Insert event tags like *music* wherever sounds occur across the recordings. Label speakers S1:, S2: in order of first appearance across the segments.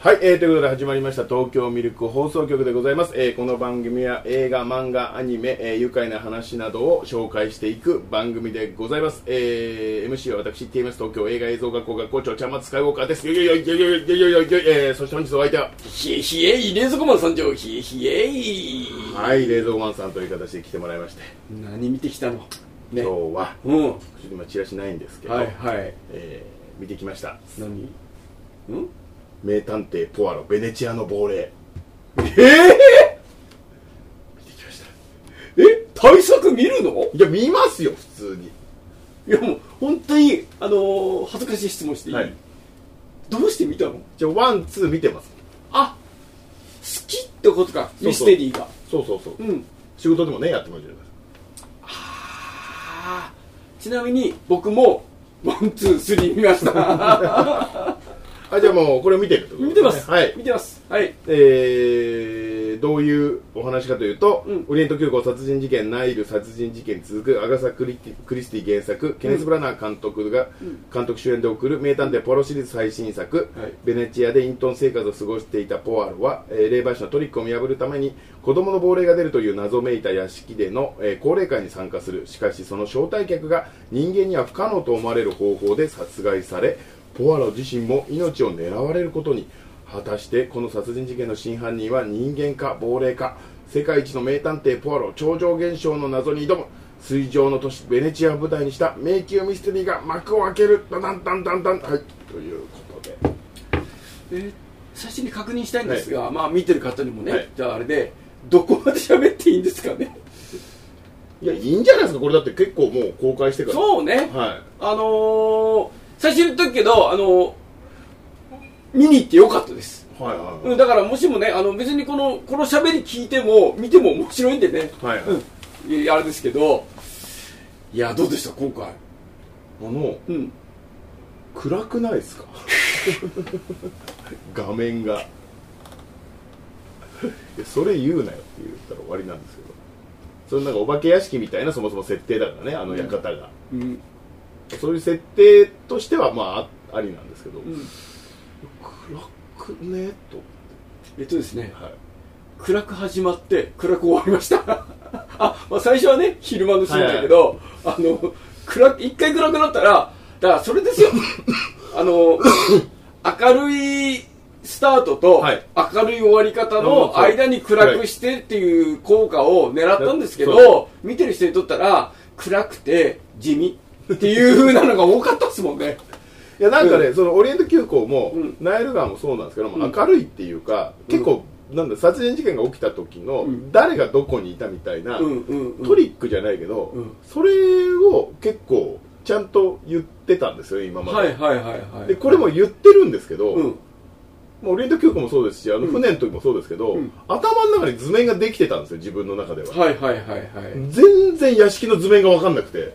S1: はい、えーということで始まりました東京ミルク放送局でございます、えーこの番組は映画漫画アニメ、えー愉快な話などを紹介していく番組でございます、えー MC は私 TMS 東京映画映像学校学校長茶松会ウォーカーですよいよいよいよいよいよいよいよいよ、えーそして本日お相手は
S2: ひえひえい冷蔵庫マン参上ひえひえい
S1: はい冷蔵マンさんという形で来てもらいまして、
S2: 何見てきたのね
S1: 今日は
S2: うん
S1: ちょっと今チラシないんですけど、
S2: はいはい
S1: えー見てきました
S2: 何ん
S1: 名探偵ポアロベネチアの亡霊
S2: ええ
S1: 見てきました
S2: え対策見るの
S1: いや見ますよ普通に
S2: いやもう本当にあのー恥ずかしい質問していい、
S1: はい
S2: どうして見たの
S1: じゃあワンツー見てます
S2: あ好きってことか
S1: そう
S2: ミステリーが
S1: そうそうそう、
S2: うん
S1: 仕事でもねやってもらうじゃないです
S2: あーちなみに僕もワンツースリー見ました *laughs*
S1: かあじゃあもうこれを見てるってこと
S2: 見てます、
S1: はい
S2: 見てますはい
S1: えー、どういうお話かというと、
S2: うん
S1: オリエント急行殺人事件ナイル殺人事件に続くアガサクリティクリスティ原作ケネス・ブラナー監督が、監督主演で送る名探偵ポアロシリーズ最新作、
S2: はい
S1: ベネチアで隠遁生活を過ごしていたポアロは、えー霊媒師のトリックを見破るために子供の亡霊が出るという謎めいた屋敷での、えー高齢会に参加するしかしその招待客が人間には不可能と思われる方法で殺害されポアロ自身も命を狙われることに果たしてこの殺人事件の真犯人は人間か亡霊か世界一の名探偵ポアロ超常現象の謎に挑む水上の都市ベネチアを舞台にした迷宮ミステリーが幕を開けるダダンダンダンダンはいということで
S2: えー最初に確認したいんですが、まあ見てる方にもね、
S1: はい
S2: じゃああれでどこまで喋っていいんですかね
S1: いやいいんじゃないですかこれだって結構もう公開してから
S2: そうね、
S1: は
S2: あのー、最初に言っとくけど、あのー、見に行ってよかったです、
S1: いはい
S2: うん、
S1: は
S2: だからもしもねあの別にこのこの喋り聞いても見ても面白いんでね、
S1: いはい、はい
S2: うん、いやあれですけどいやどうでした今回
S1: あの
S2: うん
S1: 暗くないですか *laughs* 画面がいやそれ言うなよって言ったら終わりなんですけどそれなんかお化け屋敷みたいなそもそも設定だからねあの館が、
S2: うん
S1: そういう設定としてはまああありなんですけど、
S2: うん
S1: 暗くねと、
S2: えっとですね
S1: はい、
S2: 暗く始まって暗く終わりました *laughs* あ、まあ、最初はね昼間のシーンだけど、あの暗く一回暗くなったらだからそれ
S1: *laughs*
S2: ですよあの明るいスタートと
S1: はい
S2: 明るい終わり方の間に暗くしてっていう効果を狙ったんですけ
S1: そ
S2: ど見てる人にとったら暗くて地味っていう風なのが多かったですもんね
S1: いやなんかね、そのオリエント急行も、
S2: うん
S1: ナイル川もそうなんですけど、まあ
S2: うん
S1: 明るいっていうか、結構なんだ殺人事件が起きた時の、
S2: うん
S1: 誰がどこにいたみたいな、
S2: うんうん、うん、
S1: トリックじゃないけど、
S2: うん
S1: それを結構ちゃんと言ってたんですよ今まで,、
S2: はいはいはいはい
S1: でこれも言ってるんですけど、
S2: うん
S1: まあオリエント急行もそうですしあの
S2: うん
S1: 船の時もそうですけど、
S2: うん
S1: 頭の中に図面ができてたんですよ自分の中では、
S2: はいはいはいはい、
S1: 全然屋敷の図面が分かんなくて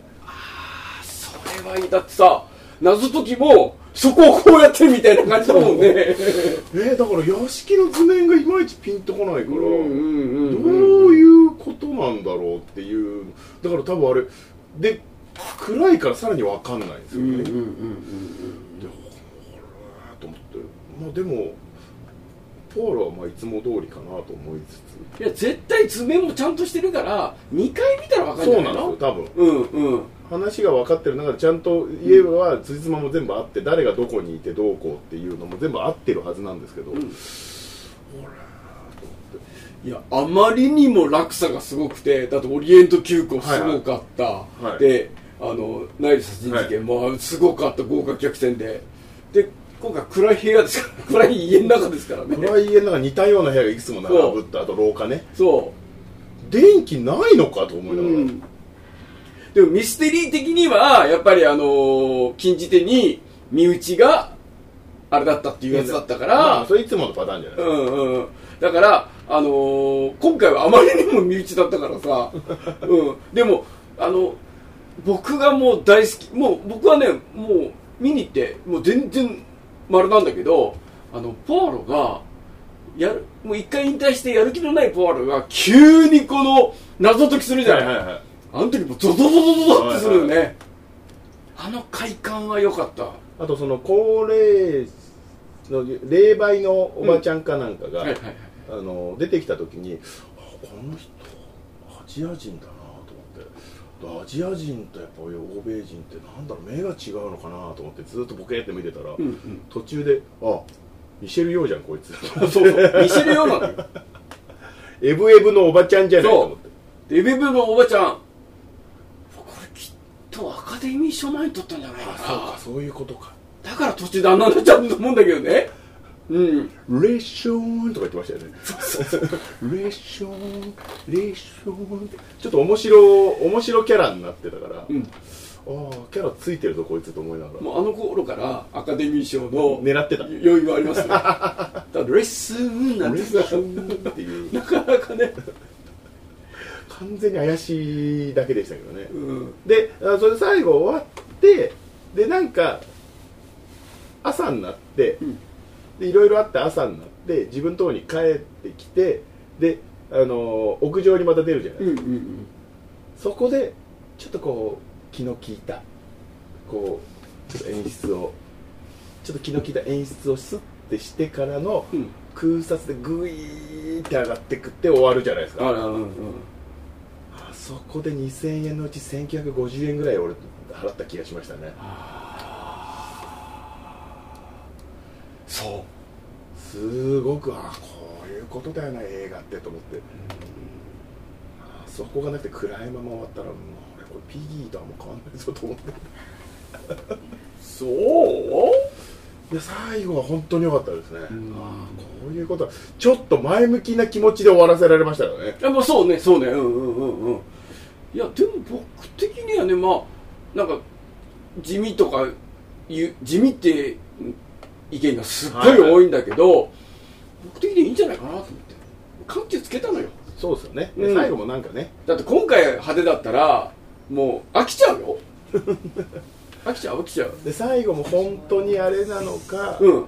S2: それはいいだってさ謎解きもそこをこうやってみたいな感じだもんね
S1: えー、だから屋敷の図面がいまいちピンとこないから、
S2: ん
S1: どういうことなんだろうっていうだから多分あれで暗いからさらに分かんないんですよね、
S2: うんうんうん
S1: であらーと思ってまあでもポーラはまあいつも通りかなと思いつ
S2: いや絶対図面もちゃんとしてるから2回見たら分
S1: つ
S2: かる
S1: そうん
S2: じ
S1: な
S2: ゃ
S1: ん
S2: な
S1: で
S2: い
S1: すよ
S2: の
S1: 多分
S2: うんうん
S1: 話が分かってる中でちゃんと言えば辻褄も全部あって誰がどこにいてどうこうっていうのも全部合ってるはずなんですけど、
S2: んいやあまりにも落差がすごくてだってオリエント急行すごかった、
S1: いはい
S2: であのナイル殺人事件もすごかった豪華客船でで今回暗い部屋ですから暗い家の中ですからね
S1: 暗い家の中に似たような部屋がいくつも並ぶってあと廊下ね
S2: そう
S1: 電気ないのかと思いながら、
S2: うんでもミステリー的にはやっぱりあのー禁じ手に身内があれだったっていうやつだったから、
S1: まあそれいつものパターンじゃない、
S2: うんうんうんだから、あのー今回はあまりにも身内だったから
S1: *laughs*
S2: さ、うん、でもあの僕がもう大好きもう僕はねもう見に行ってもう全然丸なんだけどあのポアロがやるもう一回引退してやる気のないポアロが急にこの謎解きするじゃない、
S1: はいはいはい
S2: あの時もゾゾゾゾゾゾってするよね、あの快感は良かった
S1: あとその高齢の霊媒のおばちゃんかなんかが、
S2: はいはいはい
S1: あの出てきた時にあこの人アジア人だなと思ってアジア人とやっぱり欧米人ってなんだろう目が違うのかなと思ってずっとボケって見てたら、
S2: うんうん
S1: 途中で「あミシェル・ヨーじゃんこいつ」
S2: *laughs* そうそう見知るようなのよ
S1: *laughs* エブエブのおばちゃんじゃないと思って
S2: デビブのおばちゃんこれきっとアカデミー賞前に取ったんじゃないか
S1: あ
S2: な
S1: そうかそういうことか
S2: だから途中であんなになっちゃうと思うんだけどねうん
S1: 「レッショーン」とか言ってましたよねレッショーンレッショーンってちょっと面白面白キャラになってたから、
S2: うん
S1: ああキャラついてるぞこいつと思いながら
S2: もうあの頃からアカデミー賞の
S1: 狙ってた
S2: 余裕はありますねだからレッスンなん
S1: レ
S2: て
S1: ッショーンっていう
S2: なかなかね
S1: 完全に怪しいだけでしたけどね、
S2: うん
S1: であそれで最後終わってでなんか朝になって
S2: ん
S1: でいろいろあって朝になって自分のとこに帰ってきてであのー屋上にまた出るじゃない、
S2: うんうんうん
S1: そこでちょっとこう気の利いたこうちょっと演出をちょっと気の利いた演出をスッてしてからの
S2: うん
S1: 空撮でグイーって上がってくって終わるじゃないですか
S2: あらうんうん
S1: あそこで2000円のうち1950円ぐらい俺払った気がしましたね
S2: そう
S1: すごくあこういうことだよな映画ってと思ってあそこがなくて暗いまま終わったらもう俺これピギーとはもう変わんないぞと思って
S2: そう
S1: で最後は本当に良かったですね、
S2: ん
S1: ああこういうことはちょっと前向きな気持ちで終わらせられましたよね
S2: やっぱそうねそうねうんうんうんうんいやでも僕的にはねまあなんか地味とかゆ地味って意見がすっごい多いんだけど、僕的にはいいんじゃないかなと思って緩急つけたのよ
S1: そうですよね、
S2: う
S1: で
S2: ん
S1: 最後もなんかね
S2: だって今回派手だったらもう飽きちゃう *laughs* よ飽きちゃう飽きちゃう
S1: で最後も本当にあれなのか、
S2: うん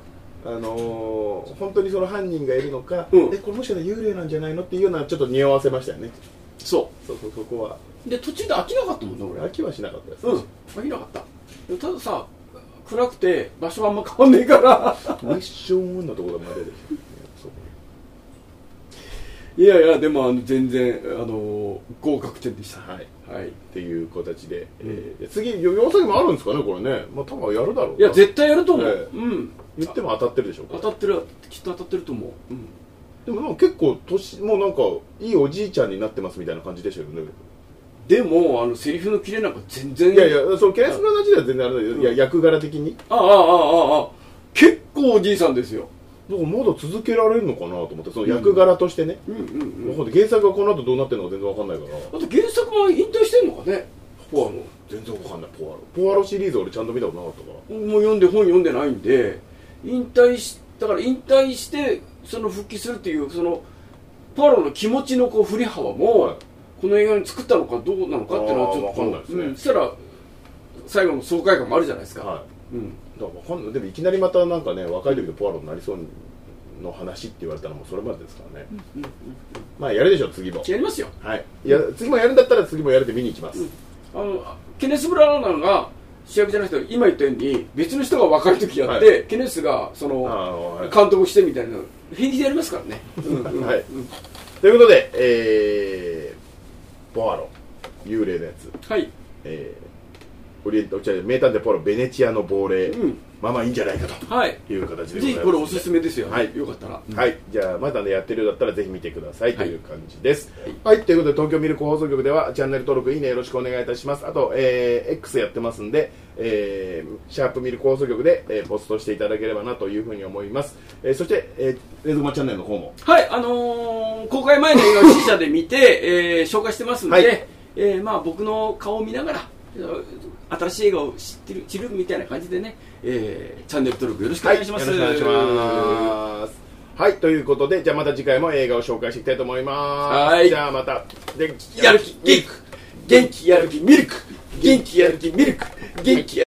S1: あのー本当にその犯人がいるのか、
S2: うん
S1: えこれもしかしたら幽霊なんじゃないのっていうようなちょっと匂わせましたよね
S2: そ
S1: そうそうそこは
S2: うで途中で飽きなかったもんね俺
S1: 飽きはしなかったです、
S2: うん飽きなかったでもたださ暗くて場所はあんま変わんねえから
S1: ミッションのところまで出てきてねそこ
S2: いやいやでもあの全然あの合格点でした
S1: はいっ
S2: はい
S1: ていう形で、えーで次要作もあるんですかねこれねまあ多分やるだろうない
S2: や絶対やると思う、
S1: ええ
S2: うん
S1: 言っても当たってるでしょう
S2: 当たってるきっと当たってると思う、うん、
S1: でもなんか結構年もうなんかいいおじいちゃんになってますみたいな感じでしたよね
S2: でもあのセリフの切れなんか全然
S1: いやいやそのケースの話では全然あれだけど、
S2: うん
S1: いや役柄的に
S2: ああああああ結構おじいさんですよ
S1: だからまだ続けられるのかなと思ってその役柄としてね、
S2: うんうんうん
S1: わかんない原作がこの後どうなってるのか全然わかんないから
S2: あと原作は引退してんのかねポアの
S1: 全然わかんないポワロポワロシリーズ俺ちゃんと見たことなかったから
S2: もう読んで本読んでないんで引退しだから引退してその復帰するっていうそのポアロの気持ちのこう振り幅も、
S1: はい
S2: この映画に作ったのかどうなのかっていうのはちょっと
S1: あーわかんないですね
S2: うんそしたら最後の爽快感もあるじゃないですか、
S1: はい
S2: うん、
S1: だからわかんないでもいきなりまたなんかね若い時のポワロになりそうの話って言われたらもうそれまでですからね、まあやるでしょう次も
S2: やりますよ
S1: はいいや次もやるんだったら次もやるで見に行きます、
S2: あのケネス・ブラウナーが主役じゃなくて今言ったように別の人が若い時やって、
S1: はい
S2: ケネスがその、
S1: ああはい
S2: 監督してみたいな平気でやりますからね、うんう
S1: *laughs*
S2: ん
S1: はいということでえー、ポワロ幽霊のやつ
S2: はい
S1: えー、オリエント違う名探偵ポワロベネチアの亡霊、
S2: うん
S1: まあまあいいんじゃないか
S2: はい
S1: という形でご
S2: ぜ
S1: ざい
S2: ひ
S1: ます
S2: これおすすめですよ、
S1: はい
S2: よかったら、
S1: はい、じゃあまだねやってるようだったらぜひ見てくださいと
S2: はい
S1: いう感じです。はい、ということで東京ミルク放送局ではチャンネル登録いいねよろしくお願いいたします。あと、えー X やってますんで、えーシャープミルク放送局で、えーポストしていただければなというふうに思います。えーそして、えー、レズマチャンネルの方も
S2: はい、あのー公開前の映画を試写で見
S1: *laughs*
S2: て、えー紹介してますんで、
S1: はい
S2: えーまあ、僕の顔を見ながら、えー新しい映画を知ってる、知るみたいな感じでね、えーチャンネル登録よろしくお願いします。
S1: はい、よろしくお願いします。はい、ということでじゃあまた次回も映画を紹介していきたいと思います。
S2: はい
S1: じゃあまたで
S2: やる気、元気、元気やる気、ミルク、元気やる気、ミルク、元気やる気